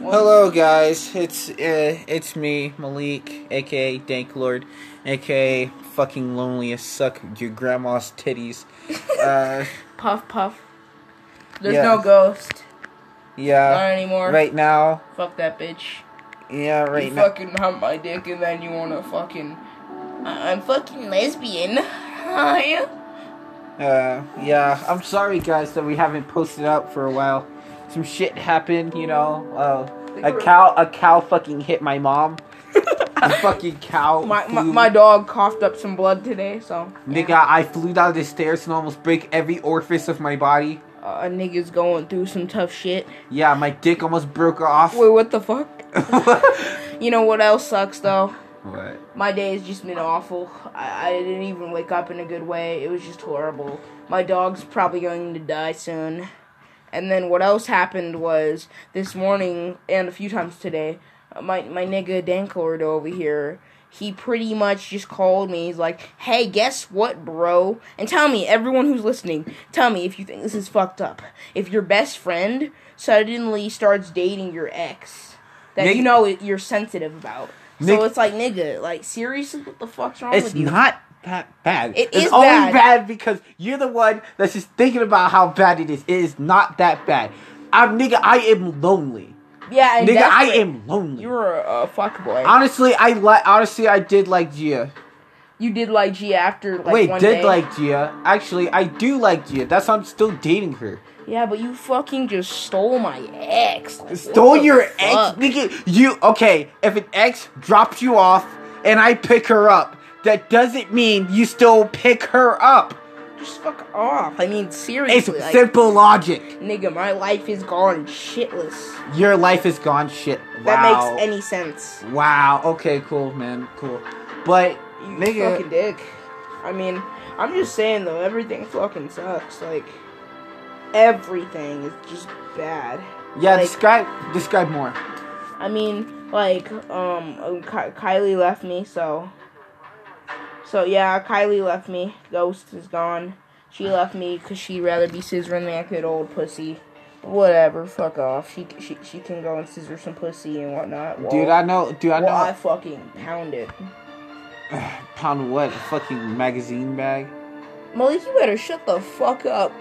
Hello, guys. It's uh, it's me, Malik, aka Dank Lord, aka fucking loneliest suck your grandma's titties. Uh, Puff puff. There's Yeah. no ghost. Not yeah. anymore. Right now, Fuck that bitch. yeah, right you now. fucking hump my dick and then you wanna fucking. I- I'm fucking lesbian. Hi. Uh, yeah. I'm sorry, guys, that we haven't posted up for a while. Some shit happened, you know. Uh, a cow, a cow fucking hit my mom. a fucking cow. My, my flew- my dog coughed up some blood today, so. Nigga, I flew down the stairs and almost break every orifice of my body. Uh, nigga's going through some tough shit. Yeah, my dick almost broke off. Wait, what the fuck? what? You know what else sucks though? My day has just been awful. I, I didn't even wake up in a good way. It was just horrible. My dog's probably going to die soon. And then what else happened was this morning and a few times today, uh, my my nigga Danklord over here, he pretty much just called me. He's like, "Hey, guess what, bro?" And tell me, everyone who's listening, tell me if you think this is fucked up. If your best friend suddenly starts dating your ex that Nig- you know it- you're sensitive about. Nig- so it's like, nigga, like seriously, what the fuck's wrong It's with you? not that bad. It it's is only bad. because you're the one that's just thinking about how bad it is. It is not that bad. I'm nigga, I am lonely. yeah, and Nigga, I desperate. am lonely. You were a, a fuckboy. honestly, I like honestly I did like Gia. you did like G after like Wait, one did day. like Gia. Actually, I do like Gia. That's why I'm still dating her. Yeah, but you fucking just stole my ex. Like, what Stole the your fuck? ex, nigga. You okay? If an ex drops you off and I pick her up, that doesn't mean you still pick her up. Just fuck off. I mean, It's seriously, like, simple logic. nigga, my life is gone shitless. Your life is gone shit. Wow. That makes any sense. Wow. Okay. Cool, man. Cool. But You nigga, fucking dick. I mean, I'm just saying though, everything fucking sucks. Like, everything is just bad. yeah. like- describe. Describe more. I mean, like, um, um, Ky- Kylie left me, so. So, yeah, Kylie left me. Ghost is gone. She left me because she'd rather be scissoring that good old pussy. Whatever, fuck off. She she, she can go and scissor some pussy and whatnot. Well, Dude, I know. Dude, I know. well, I fucking pounded. Pound what? A fucking magazine bag. Malik, you better shut the fuck up.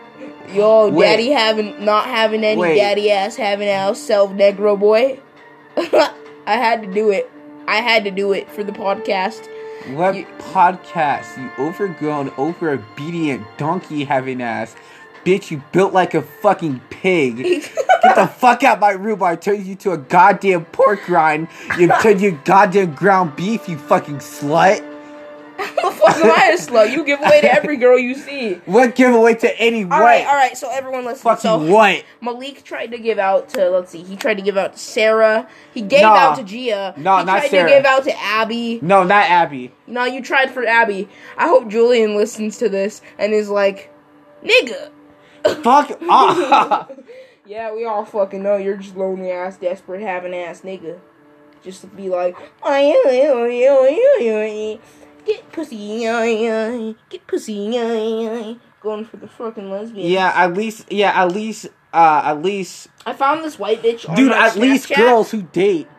Yo, Wait. daddy having not having any Wait. daddy ass having ass self negro boy. I had to do it. I had to do it for the podcast. What You- podcast? You overgrown, over obedient donkey having ass. Bitch, you built like a fucking pig. Get the fuck out my room! I turned you to a goddamn pork rind. You turned you goddamn ground beef. You fucking slut. the fuck am I a slut? You give away to every girl you see. What giveaway to any All what? right, all right. So everyone, listen. Fucking so what? Malik tried to give out to let's see. He tried to give out to Sarah. He gave Nah. out to Gia. Nah, he not tried Sarah. to give out to Abby. No, not Abby. No, you tried for Abby. I hope Julian listens to this and is like, nigga. Fuck off. Yeah, we all fucking know you're just lonely ass, desperate, having ass nigga. Just to be like, get pussy, get pussy, going for the fucking lesbian. yeah, at least. Yeah, at least. Uh, at least. I found this white bitch. On Dude, my at least Snapchat. girls who date.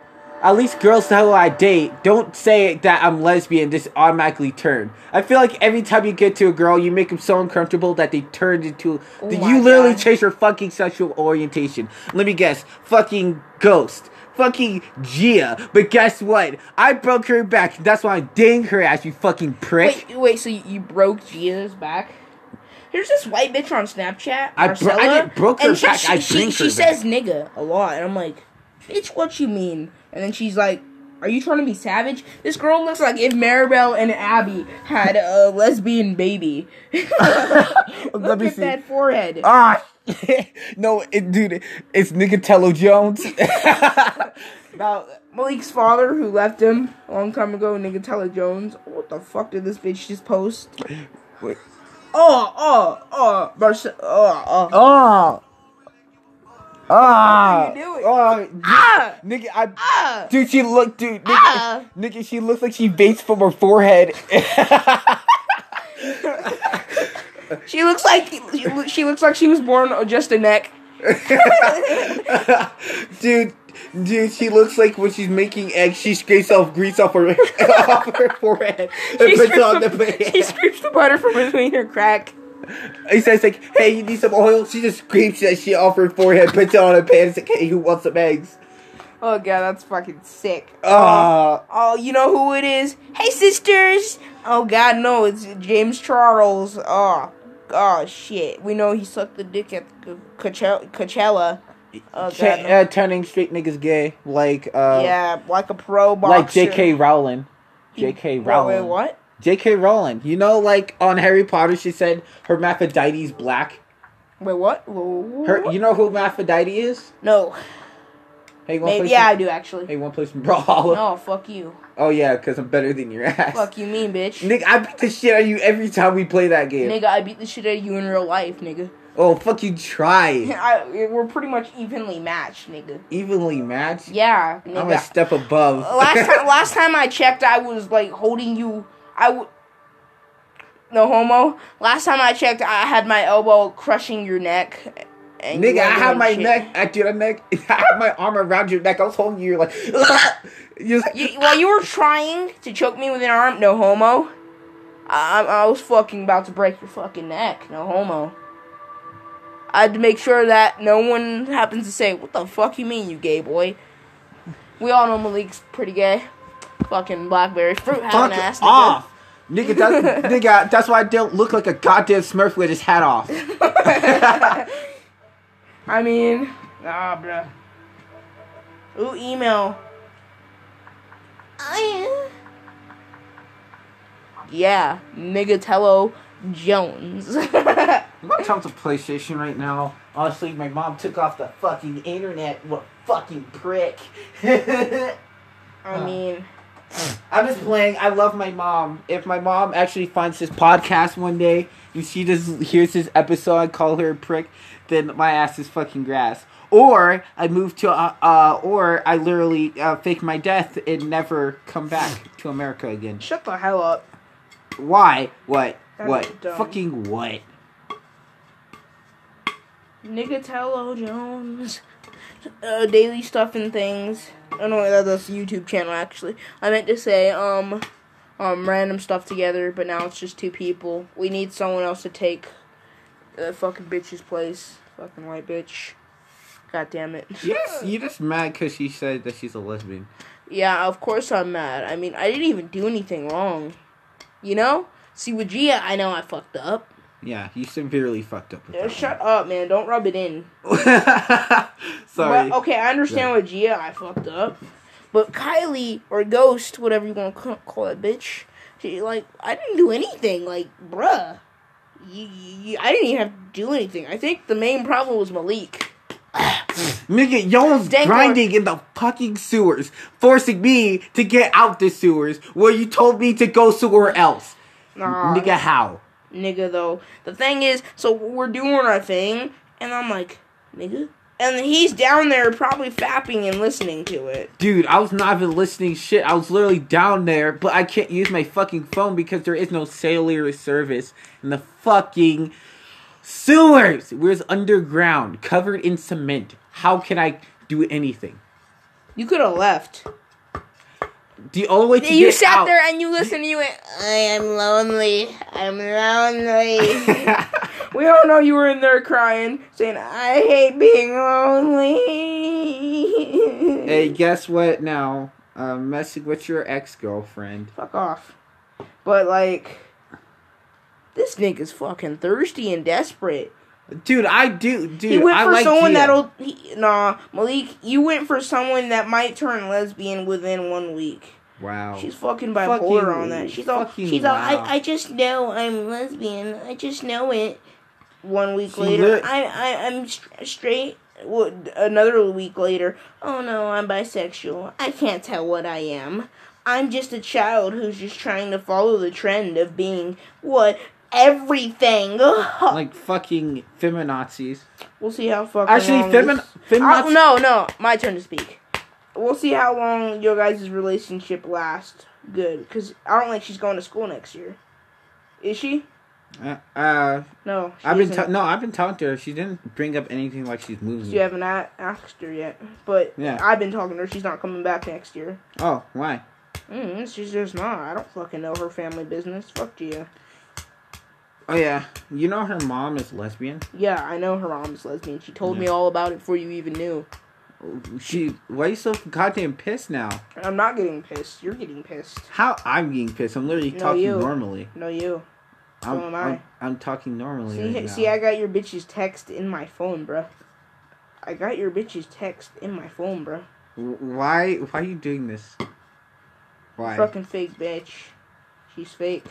At least girls who I date don't say that I'm lesbian. Just automatically turn. I feel like every time you get to a girl, you make them so uncomfortable that they turn into. Oh that my you literally God. change your fucking sexual orientation. Let me guess. Fucking ghost. Fucking Gia. But guess what? I broke her back. That's why I'm dating her ass. You fucking prick. Wait, wait. So you, you broke Jesus back? Here's this white bitch on Snapchat. I bro- I Marcella, didn't broke her and she, back, She, I she, bring she her says nigga a lot, and I'm like, bitch, what you mean? And then she's like, are you trying to be savage? This girl looks like if Maribel and Abby had a lesbian baby. Look Let me at see. that forehead. Ah, no, it, dude, it's Nicatello Jones. now, Malik's father, who left him a long time ago, Nigatella Jones. What the fuck did this bitch just post? wait. Oh, oh, oh, Marce- oh, oh. Oh, ah, What are you doing? oh, Ah! nigga, I, Ah! dude, she look, dude, nigga, Ah! nigga, she looks like she vates from her forehead. She looks like she lo- she looks like she was born just a neck. dude, Dude, she looks like when she's making eggs, she scrapes off grease off her off her forehead and She puts it scoops on the the, she plate. scoops the butter from between her crack. He says like, "Hey, you need some oil?" She just scrapes that shit off her forehead, puts it on a pan. It's like, "Hey, who wants some eggs?" Oh god, that's fucking sick. Ah, Oh, you know who it is? Hey, sisters! Oh, God, no, it's James Charles. Oh, oh shit. We know he sucked the dick at the Coachella. Coachella. Oh, God. Cha- no. uh, turning straight niggas gay, like uh, yeah, like a pro boxer. like J.K. Rowling. Wait, J.K. wait, Rowling. what? J.K. Rowling. You know, like on Harry Potter, she said Hermaphrodites black. Wait, what? Whoa. Her, you know who Hermaphrodite is? no. Hey, one Maybe, place. yeah, I do, actually. Hey, one place from Brawl. No, fuck you. Oh yeah, because I'm better than your ass. Fuck you, mean bitch. Nick, I beat the shit out of you every time we play that game. Nigga, I beat the shit out of you in real life, nigga. Oh fuck you, try I, we're pretty much evenly matched, nigga. evenly matched. Yeah, nigga. I'm a step above. last time, last time I checked, I was like holding you. I w- no homo. Last time I checked, I had my elbow crushing your neck. And you Nigga, I weren't had doing my shit. neck. I did a neck. I had my arm around your neck. I was holding you. You're like, you was like, You, while you were trying to choke me with an arm, no homo. I, I I was fucking about to break your fucking neck, no homo. I had to make sure that no one happens to say, "What the fuck you mean, you gay boy?" We all know Malik's pretty gay. Fucking blackberry fruit having fuck ass. nigga. off. Nigga, that, nigga, that's why I don't look like a goddamn Smurf with his hat off. I mean, nah, bruh. Ooh, email. I yeah, Migatello Jones. I'm not talking to PlayStation right now. Honestly, my mom took off the fucking internet. What a fucking prick. I mean, I'm just playing. I love my mom. If my mom actually finds this podcast one day and she just hears this episode and call her a prick, then my ass is fucking grass. Or I move to, uh, uh or I literally uh, fake my death and never come back to America again. shut the hell up. Why? What? That's what? dumb. Fucking what? Nigatello Jones. Uh, daily stuff and things. Oh no, that- that's a YouTube channel actually. I meant to say um, um, random stuff together, but now it's just two people. We need someone else to take the fucking bitch's place. Fucking white bitch. God damn it. Yes, you're just mad because she said that she's a lesbian. Yeah, of course I'm mad. I mean, I didn't even do anything wrong. You know? See, with Gia, I know I fucked up. Yeah, you severely fucked up with Yeah, that. shut up, man. Don't rub it in. one. Sorry. Well, okay, I understand Yeah. what Gia I fucked up, but Kylie or Ghost, whatever you want to call that bitch, she like I didn't do anything. Like, bruh, you, you, I didn't even have to do anything. I think the main problem was Malik. Nigga, y'all's Dang, grinding in the fucking sewers, forcing me to get out the sewers where you told me to go somewhere else. Nah, Nigga, how? nigga though. The thing is, so we're doing our thing, and I'm like, nigga, and he's down there probably fapping and listening to it. Dude, I was not even listening shit. I was literally down there, but I can't use my fucking phone because there is no cellular service in the fucking sewers. We're just underground, covered in cement. How can I do anything? You could have left. The only way to you get sat out- there and you listened. And you went, I am lonely. I'm lonely. We all know you were in there crying, saying, I hate being lonely. hey, guess what now? Uh, messing with your ex girlfriend. Fuck off. But, like, this nigga's fucking thirsty and desperate. Dude, I do. Dude, he went I for like someone Gia. that'll. He, nah, Malik, you went for someone that might turn lesbian within one week. Wow. She's fucking bipolar Fucking- on that. She's all. fucking She's all. wow. I, I just know I'm lesbian. I just know it. One week She later, lit- I, I I'm str- straight. Well, another week later, oh no, I'm bisexual. I can't tell what I am. I'm just a child who's just trying to follow the trend of being what everything. like fucking feminazis. we'll see how fucking. Actually, long femin this- feminazis. Oh, no, no, my turn to speak. We'll see how long your guys' relationship lasts. Good, because I don't think she's going to school next year. Is she? Uh, uh No. she I've been isn't. ta- no, I've been talking to her. She didn't bring up anything like she's moving. You haven't a- asked her yet, but Yeah. I've been talking to her. She's not coming back next year. Oh, why? Mm, she's just not. I don't fucking know her family business. Fuck you. Oh yeah, you know her mom is lesbian. Yeah, I know her mom's lesbian. She told me all about it before you even knew. She. Why you so goddamn pissed now? I'm not getting pissed. You're getting pissed. How I'm getting pissed? I'm literally No, talking you. normally. No, you. I'm, am I. I'm, I'm talking normally See, right now. see, I got your bitch's text in my phone, bruh. I got your bitch's text in my phone, bruh. Why? Why are you doing this? Why? Fucking fake bitch. She's fake.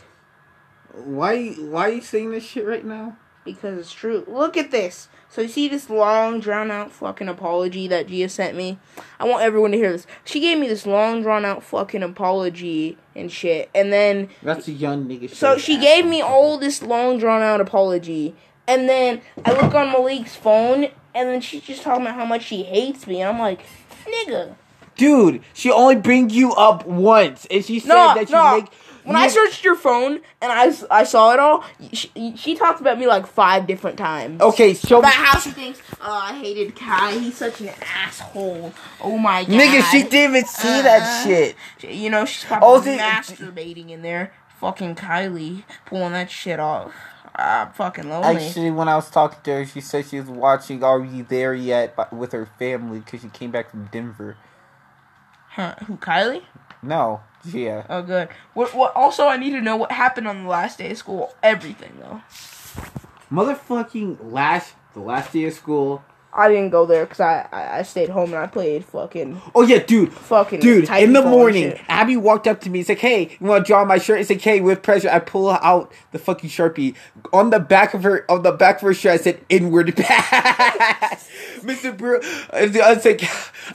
Why? Why are you saying this shit right now? Because it's true. Look at this. So you see this long, drawn out fucking apology that Gia sent me? I want everyone to hear this. She gave me this long, drawn out fucking apology and shit. And then That's a young nigga. shit. So she gave me all this long drawn out apology. And then I look on Malik's phone and then she's just talking about how much she hates me. And I'm like, nigga. Dude, she only bring you up once, and she said No, that you no. make. when I you- searched your phone and I, s- I saw it all, she, she talked about me like five different times. Okay, show me. About how she thinks, oh, I hated Kai. He's such an asshole. Oh my god. Nigga, she didn't even see that Uh, shit. You know, she's probably Oh, the- masturbating in there. Fucking Kylie pulling that shit off. I'm fucking lonely. Actually, when I was talking to her, she said she was watching Are You There Yet by, with her family because she came back from Denver. Huh, who, Kylie? No, Gia. Oh, good. What, what? Also, I need to know what happened on the last day of school. Everything, though. Motherfucking last, the last day of school. I didn't go there because I, I, I stayed home and I played fucking Oh yeah, dude. fucking Dude, Titanfall in the and morning, shit. Abby walked up to me. It's like, "Hey, you want to draw my shirt?" It's like, "Hey, with pressure." I pull out the fucking sharpie on the back of her on the back of her shirt. I said, "Inward pass." Mr. Brewer, I was like,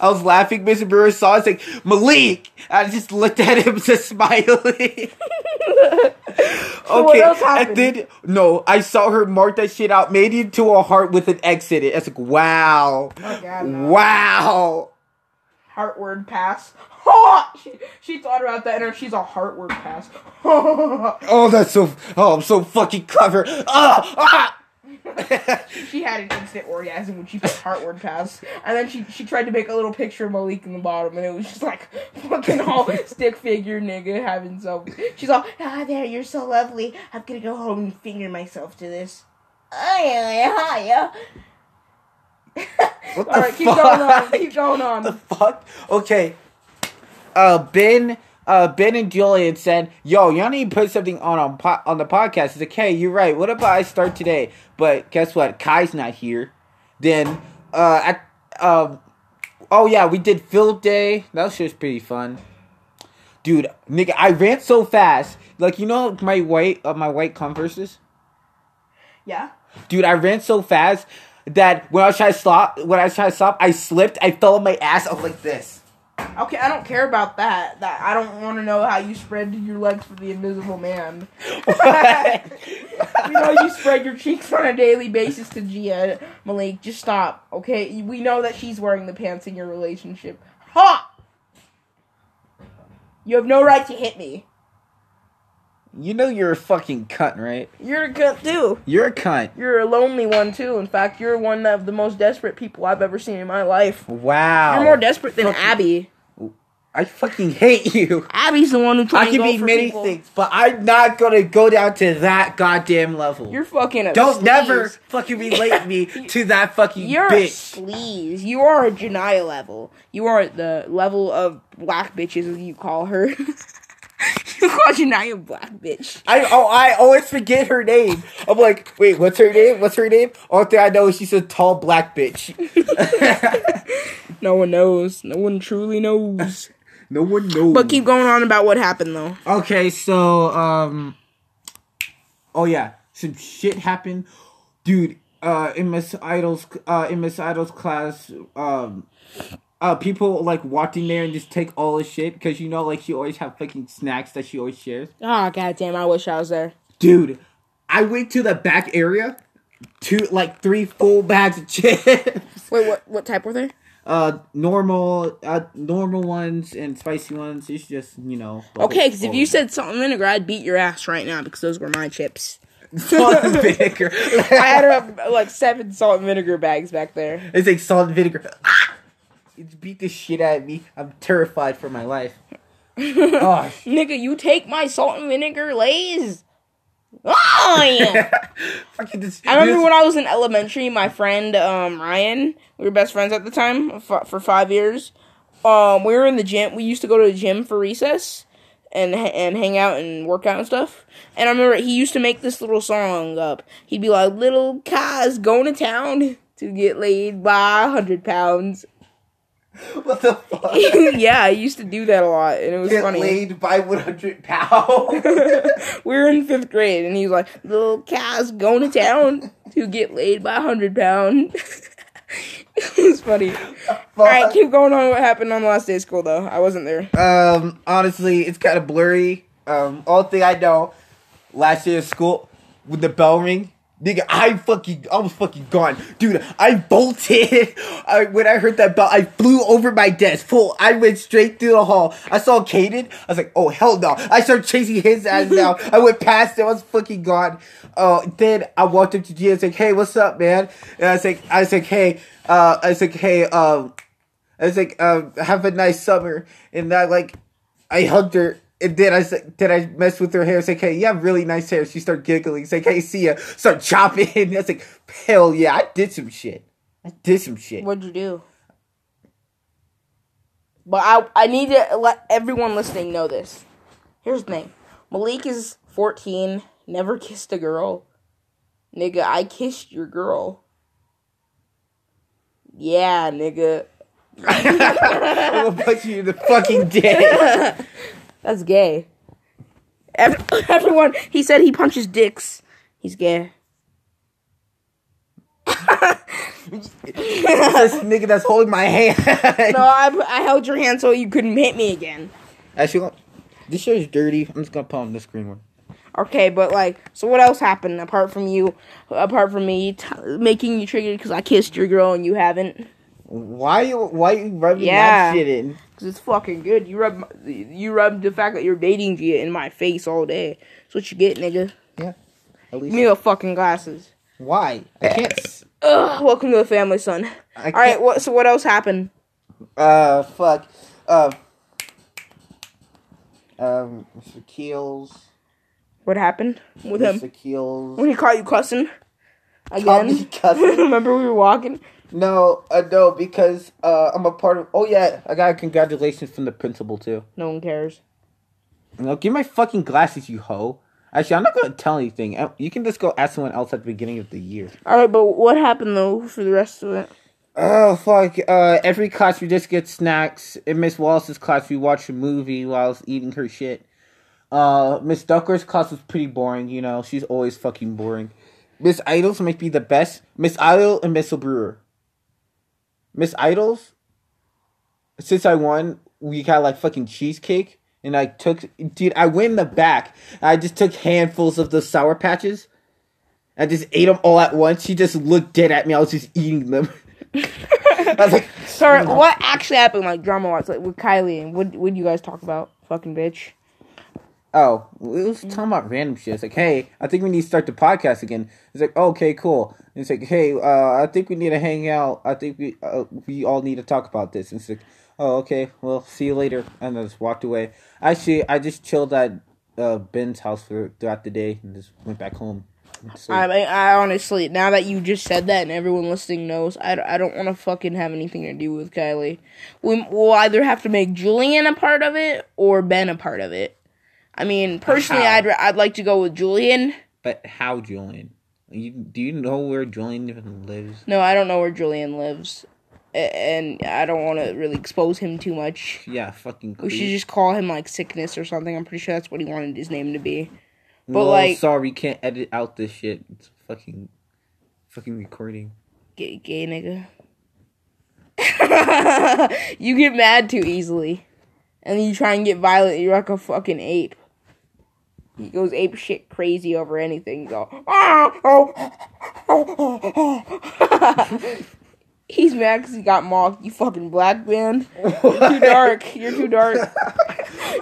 I was laughing. Mr. Brewer saw. It's like Malik. I just looked at him, just smiling. So what else happened? And then no, I saw her mark that shit out, made it into a heart with an X in it. That's like wow, Oh, God, no. wow. Heartward pass. Ha! she, she thought about that and she's a heartward pass. Oh, that's so. Oh, I'm so fucking clever. Ah, ah. she had an instant orgasm when she put heartward pass. And then she, she tried to make a little picture of Malik in the bottom and it was just like fucking all stick figure nigga having some. She's all, ah, there, you're so lovely. I'm gonna go home and finger myself to this. Oh, yeah, yeah, yeah. what the Alright, keep going on. fuck? Keep going the on. fuck? Okay. Uh, Ben. Uh, Ben and Julian said, "Yo, y'all need to put something on on, po- on the podcast." It's like, "Hey, you're right. What about I start today?" But guess what? Kai's not here. Then, uh, at, um, oh yeah, we did Philip Day. That was just pretty fun. Dude, nigga, I ran so fast. Like you know my white uh, my white Converse's. Yeah. Dude, I ran so fast that when I was trying to stop, when I was trying to stop, I slipped. I fell on my ass. I was like this. Okay, I don't care about that. That I don't want to know how you spread your legs for the Invisible Man. we know you spread your cheeks on a daily basis to Gia Malik. Just stop, okay? We know that she's wearing the pants in your relationship. Ha! You have no right to hit me. You know you're a fucking cunt, right? You're a cunt too. You're a cunt. You're a lonely one too. In fact, you're one of the most desperate people I've ever seen in my life. Wow. You're more desperate than Abby. I fucking hate you. Abby's the one who tried I can be many things, but I'm not gonna go down to that goddamn level. You're fucking a Don't never sleaze. fucking relate me to that fucking You're bitch. a sleaze. You are a Janaya level. You are at the level of black bitches, as you call her. you call Janaya black bitch. I oh I always forget her name. I'm like, wait, what's her name? What's her name? All thing I know is she's a tall black bitch. No one knows. No one truly knows. no one knows. but keep going on about what happened, though. Okay, so um Oh yeah, some shit happened. Dude, uh in Miss Idol's uh in Miss Idol's class, um uh people like walked in there and just take all the shit cuz you know like she always have fucking snacks that she always shares. Oh, goddamn. I wish I was there. Dude, I went to the back area two like three full bags of chips. Wait, what What type were they? Uh normal uh normal ones and spicy ones. It's just, you know. the Okay, whole- because if you said salt and vinegar, I'd beat your ass right now because those were my chips. salt and vinegar. I had uh, like seven salt and vinegar bags back there. It's like salt and vinegar. Ah! It beat the shit out of me. I'm terrified for my life. Oh, sh- Nigga, you take my salt and vinegar lays. Why? fucking this. I remember this- when I was in elementary, my friend um, Ryan, we were best friends at the time f- for five years. Um, we were in the gym. We used to go to the gym for recess and h- and hang out and work out and stuff. And I remember he used to make this little song up. He'd be like, "Little Kai's going to town to get laid by a hundred pounds." What the fuck? yeah, I used to do that a lot, and it was Get funny. laid by 100 pounds. we were in fifth grade, and he was like, "Little Kai's going to town to get laid by a hundred pound." it was funny. All right, keep going on what happened on the last day of school, though. I wasn't there. Um, honestly, it's kind of blurry. Um, all thing I know, last year of school, with the bell ring, nigga, I fucking, I was fucking gone, dude. I bolted. I, when I heard that bell, I flew over my desk. Full, I went straight through the hall. I saw Caden. I was like, oh hell no! I started chasing his ass down. I went past him. I was fucking gone. Uh, then I walked up to G. I was like, hey, what's up, man? And I was like, I was like, hey, uh, I was like, hey, um. I was like, um, have a nice summer. And I like, I hugged her. And then I said, then I messed with her hair. I was like, hey, you have really nice hair. She started giggling. It's like, hey, see ya. Start chopping. And I was like, hell yeah, I did some shit. I did some shit. What'd you do? But I I need to let everyone listening know this. Here's the thing. Malik is 14, never kissed a girl. Nigga, I kissed your girl. Yeah, nigga. I'm gonna punch you in the fucking dick. That's gay. Ev- Everyone, he said he punches dicks. He's gay. this nigga that's holding my hand. No, I, I held your hand so you couldn't hit me again. Actually, this shirt is dirty. I'm just gonna put on the screen one. Okay, but like, so what else happened apart from you, apart from me t- making you triggered because I kissed your girl and you haven't? Why you why you rubbing Yeah. that shit in? Because it's fucking good. You rub, my- you rub the fact that you're dating Gia in my face all day. That's what you get, nigga. Yeah. At Give least me your fucking glasses. why? I can't s- Ugh, welcome to the family, son. I All right, can't- what? So what else happened? Uh, fuck. Uh, um, Mr. Keels. What happened with him? Mr. Keels. When he caught you cussing Probably again? cussing. Remember we were walking? No, uh, no, because uh, I'm a part of. Oh yeah, I got congratulations from the principal too. No one cares. No, give my fucking glasses, you hoe. Actually, I'm not gonna tell anything. Uh, You can just go ask someone else at the beginning of the year. All right, but what happened though for the rest of it? Oh fuck! Uh, every class we just get snacks. In Miss Wallace's class, we watched a movie while I was eating her shit. Uh, Miss Duckworth's class was pretty boring. You know, she's always fucking boring. Miss Idols might be the best. Miss Idol and Miss Brewer. Miss Idols. Since I won, we got like fucking cheesecake, and I took dude. I went in the back. I just took handfuls of those sour patches. I just ate them all at once. She just looked dead at me. I was just eating them. I was like, Sorry, what actually happened? Like drama wise, like with Kylie and what? What you guys talk about? Fucking bitch. oh, we was talking about random shit. It's like, hey, I think we need to start the podcast again. It's like, okay, cool. And it's like, hey, uh, I think we need to hang out. I think we uh, we all need to talk about this. And it's like, oh, okay, well, see you later. And I just walked away. Actually, I just chilled at uh, Ben's house for, throughout the day and just went back home. So, I, I, I honestly, now that you just said that and everyone listening knows, I, I don't want to fucking have anything to do with Kylie. We, we'll either have to make Julian a part of it or Ben a part of it. I mean, personally, How? I'd ra- I'd like to go with Julian. but how, Julian? You, do you know where Julian even lives? No, I don't know where Julian lives, a- and I don't want to really expose him too much. Yeah, fucking. We should creep. Oh, just call him like sickness or something. I'm pretty sure that's what he wanted his name to be. But like- sorry, can't edit out this shit. It's fucking, fucking recording. Gay, gay nigga. you get mad too easily, and you try and get violent. You're like a fucking ape. He goes ape shit crazy over anything. You go. "Ah, oh, oh, oh." He's mad because he got mocked. You fucking black man. You're too dark. You're too dark.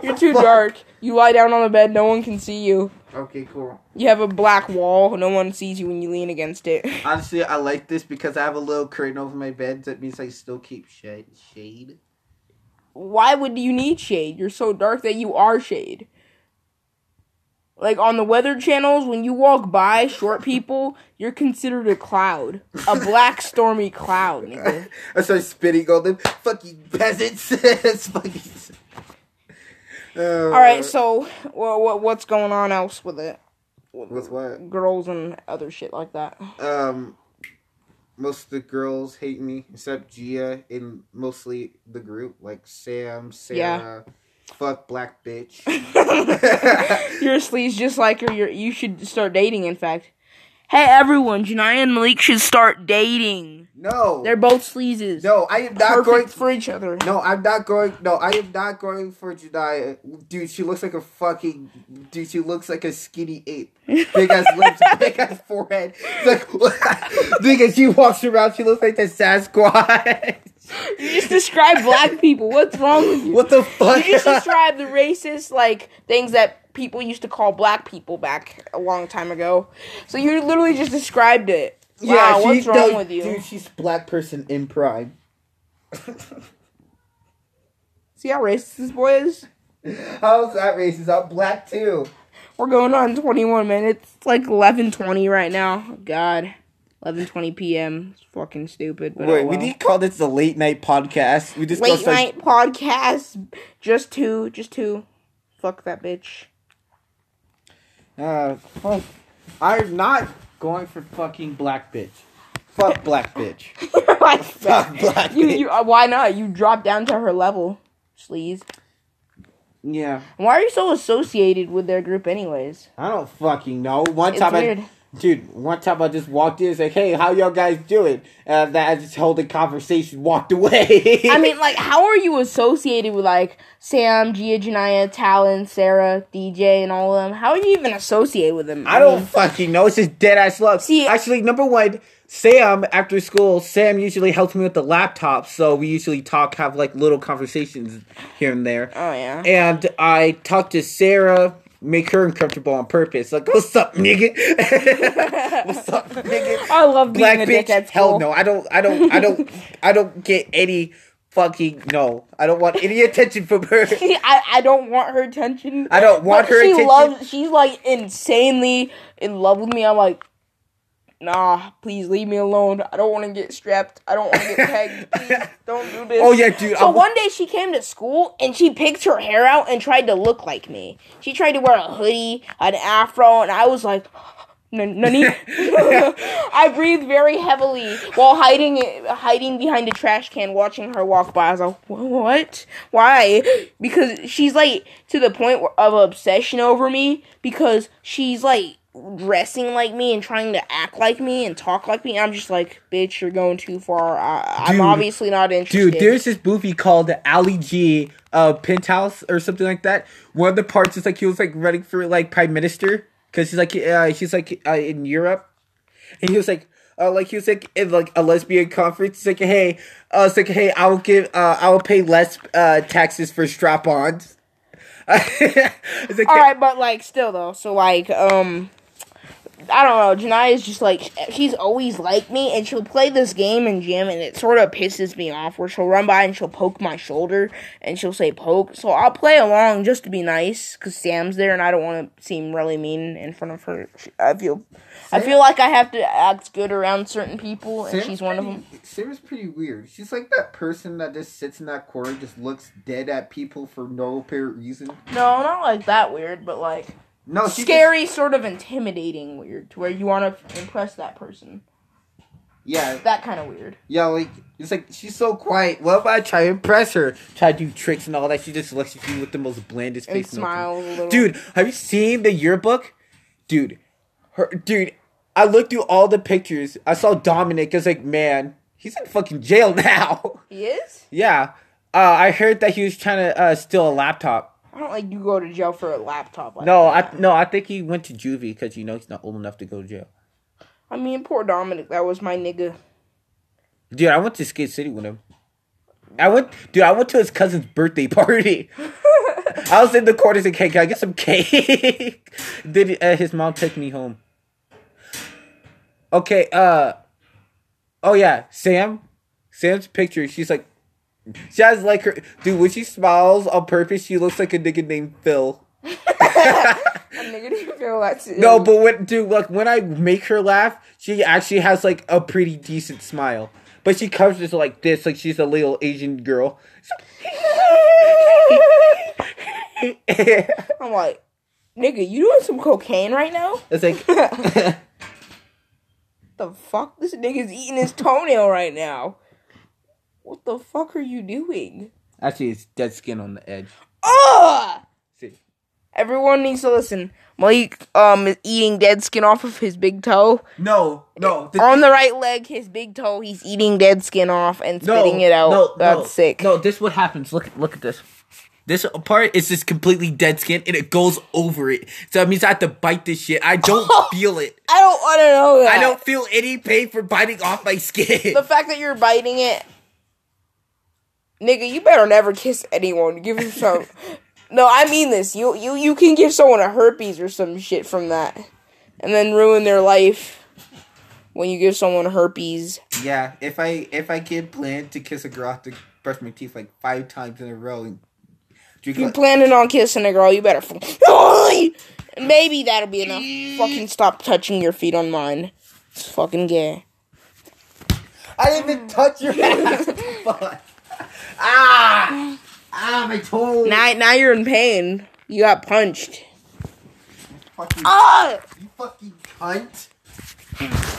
You're too dark. You lie down on the bed. No one can see you. Okay, cool. You have a black wall. No one sees you when you lean against it. Honestly, I like this because I have a little curtain over my bed. That means I still keep shade. Shade. Why would you need shade? You're so dark that you are shade. Like on the weather channels, when you walk by short people, you're considered a cloud, a black stormy cloud. Nigga. I start spitting on them. Fucking peasants. It's fucking. Uh, All right, so well, what what's going on else with it? With what? Girls and other shit like that. Um, most of the girls hate me except Gia and mostly the group like Sam, Sarah. Fuck black bitch. Your sleeves just like her. You're, you should start dating. In fact, hey everyone, Janaya and Malik should start dating. no. They're both sleezes. no, I am not perfect going. for each other. No, I'm not going. No, I am not going for Jediah. Dude, she looks like a fucking. Dude, she looks like a skinny ape. Big ass lips, big ass forehead. It's Like, dude, as she walks around, she looks like the Sasquatch. You just describe black people. What's wrong with you? what the fuck? You just described the racist like things that people used to call black people back a long time ago. So you literally just described it. Wow, what's wrong no, with you? Dude, she's black person in prime. See how racist this boy is? How's that racist? I'm black too. We're going on 21 minutes. It's like 11:20 right now. God. 11:20 p.m. It's fucking stupid, but oh Wait, we well. need to call this the late night podcast. We just late night podcast. Just two, just two. Fuck that bitch. Uh, fuck. I'm not going for fucking black bitch. Fuck black bitch. like Fuck black you, bitch. you, uh, why not? You drop down to her level, sleaze. Yeah, Why are you so associated with their group, anyways? I don't fucking know. One It's time weird. I, dude, one time I just walked in, it's like, hey, how y'all guys doing? And that I just held a conversation, walked away. I mean, like, how are you associated with like Sam, Gia, Janaya, Talon, Sarah, DJ, and all of them? How are you even associated with them? I don't fucking know. It's just dead ass love. mm. See- actually, number one, Sam after school, Sam usually helps me with the laptop, so we usually talk, have like little conversations here and there. Oh yeah. and I talked to Sarah, make her uncomfortable on purpose. Like, what's up, nigga? what's up, nigga? I love being Black a bitch? dick at school. Hell no, I don't, I don't, I don't, I don't get any fucking no. I don't want any attention from her. I, I don't want her attention. I don't want But her she attention. Loves, she's like insanely in love with me. I'm like, nah, please leave me alone. I don't want to get strapped. I don't want to get pegged. Please don't do this. Oh, yeah, dude, So I wa- one day she came to school and she picked her hair out and tried to look like me. She tried to wear a hoodie, an afro, and I was like. "N- Nani? I breathed very heavily while hiding hiding behind a trash can, watching her walk by. I was like, "Wha- "What? Why?" Because she's like to the point of obsession over me because she's like dressing like me and trying to act like me and talk like me. I'm just like, "Bitch, you're going too far. I, I'm Dude. obviously not interested." Dude, there's this movie called Ali G, uh, Penthouse or something like that. One of the parts is like he was like running for like prime minister because he's like uh, he's like uh, in Europe, and he was like. Uh, like he was like in like a lesbian conference. He's like, hey, uh, it's like, hey, I'll give, uh, I'll pay less uh taxes for strap-ons. it's like, All right, but like still though. So like um I don't know. Janaya's just like she's always like me and she'll play this game in gym and it sort of pisses me off where she'll run by and she'll poke my shoulder and she'll say poke. So I'll play along just to be nice cuz Sam's there and I don't want to seem really mean in front of her. She- I feel I feel like I have to act good around certain people and she's one of them. Sarah's pretty weird. She's like that person that just sits in that corner, just looks dead at people for no apparent reason. No, not like that weird, but like No, scary sort of intimidating weird to where you want to impress that person. yeah, That kind of weird. Yeah, like it's like she's so quiet. What if I try to impress her? Try to do tricks and all that. She just looks at you with the most blandest and face. known to man. smiles a little. Dude, have you seen the yearbook? Dude, her dude. I looked through all the pictures. I saw Dominic. I was like, man, he's in fucking jail now. he is. yeah. Uh, I heard that he was trying to uh, steal a laptop. I don't like you go to jail for a laptop. Like No, that. I no, I think he went to juvie because you know he's not old enough to go to jail. I mean, poor Dominic. That was my nigga. Dude, I went to Skate City with him. I went, dude. I went to his cousin's birthday party. I was in the corner saying, "Hey, can I get some cake?" then uh, his mom took me home. Okay. Uh. Oh yeah, Sam. Sam's picture. She's like, she has like her dude. When she smiles on purpose, she looks like a nigga named Phil. I'm negative feel that too. No, but when dude, look, when I make her laugh, she actually has like a pretty decent smile. But she comes just like this, like she's a little Asian girl. it's I'm like, nigga, you doing some cocaine right now? like The fuck? This nigga's eating his toenail right now. What the fuck are you doing? actually it's dead skin on the edge. Ugh! See. Everyone needs to listen. Malik um is eating dead skin off of his big toe. No, no. the- On the right leg, his big toe, he's eating dead skin off and no, spitting it out. No, That's no, sick. No, this what happens. Look, look at this. This part is just completely dead skin, and it goes over it. So that means I have to bite this shit. I don't feel it. I don't want to know that. I don't feel any pain for biting off my skin. The fact that you're biting it, nigga, you better never kiss anyone. Give him some. no, I mean this. You you you can give someone a herpes or some shit from that, and then ruin their life when you give someone herpes. Yeah, if I if I can plan to kiss a girl, I have to brush my teeth like five times in a row and drink. If you're like- planning on kissing a girl, you better. F- Maybe that'll be enough. Fucking stop touching your feet on mine. It's fucking gay. I didn't even touch your ass. Fuck. ah, ah, my toe. Now now you're in pain. You got punched. Fucking, Ah! you fucking cunt.